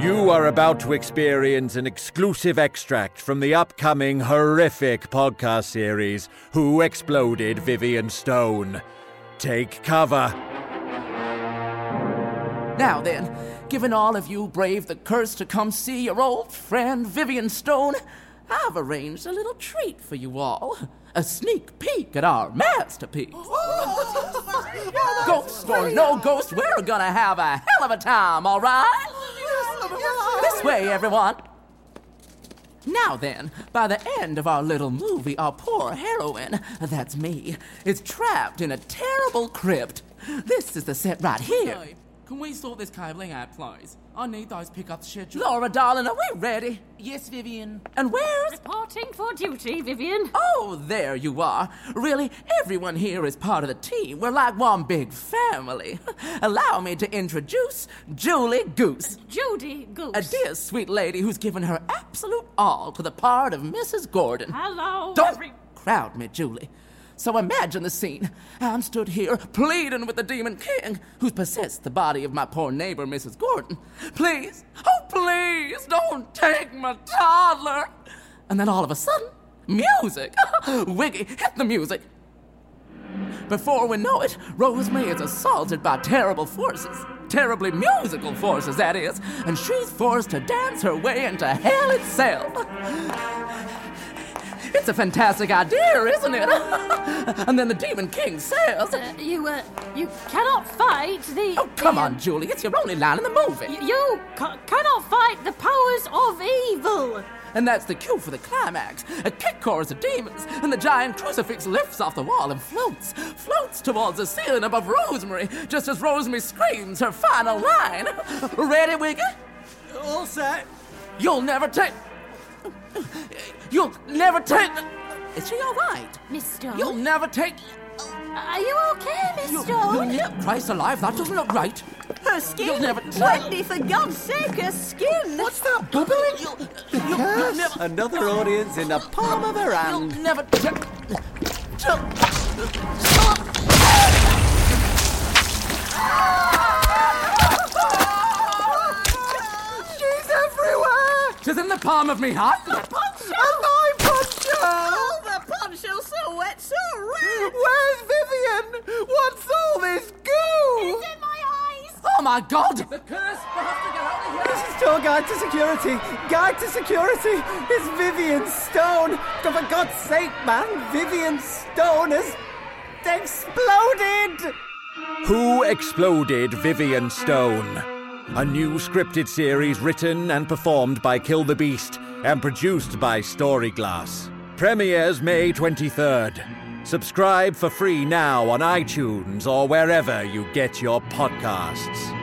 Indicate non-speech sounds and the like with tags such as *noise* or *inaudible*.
You are about to experience an exclusive extract from the upcoming horrific podcast series, Who Exploded Vivian Stone? Take cover. Now then, given all of you brave the curse to come see your old friend Vivian Stone, I've arranged a little treat for you all. A sneak peek at our masterpiece. ghost or no ghost, we're gonna have a hell of a time, all right? This way, everyone. Now then, by the end of our little movie, our poor heroine, that's me, is trapped in a terrible crypt. This is the set right here. Hey, can we sort this cabling out, please? I need those pickups scheduled. Laura, darling, are we ready? Yes, Vivian. And where's. Reporting for duty, Vivian. Oh, there you are. Really, everyone here is part of the team. We're like one big family. *laughs* Allow me to introduce Julie Goose, Judy Goose. a dear sweet lady who's given her absolute all to the part of Mrs. Gordon. Hello, Don't every- Oh, crowd me, Julie. So imagine the scene. I'm stood here pleading with the Demon King, who's possessed the body of my poor neighbor, Mrs. Gordon. Please, oh, please, don't take my toddler. And then all of a sudden, music. *laughs* Wiggy, hit the music. Before we know it, Rosemary is assaulted by terrible forces. Terribly musical forces, that is. And she's forced to dance her way into hell itself. It's a fantastic idea, isn't it? *laughs* and then the Demon King says, Uh, you, uh, you cannot fight the. Oh, come the, on, Julie, it's your only line in the movie. y- You ca- cannot fight the powers of evil. And that's the cue for the climax. A kick chorus of demons, and the giant crucifix lifts off the wall and floats, floats towards the ceiling above Rosemary, just as Rosemary screams her final line. *laughs* Ready, Wiggy? All set. You'll never take. You'll never take. Is she all right? Miss Stone. You'll never take. Are you okay, Miss You'll, you'll Stone? never. Christ alive, that doesn't look right. Her skin? You'll never tell. Wendy, for God's sake, her skin! What's that bubbling? You'll, you'll, you'll never. Another audience in the palm of her You'll hand. never take. She's everywhere! She's in the palm of me hand. And I punched her! Oh, the poncho's so wet, so red! Where's Vivian? What's all this goo? in my eyes! Oh my God! The curse. We have to get out of This is tour guide to security. Guide to security. It's Vivian Stone. Oh, for God's sake, man, Vivian Stone has exploded. Who Exploded Vivian Stone? A new scripted series written and performed by Kill the Beast and produced by Storyglass. Premieres May 23rd. Subscribe for free now on iTunes or wherever you get your podcasts.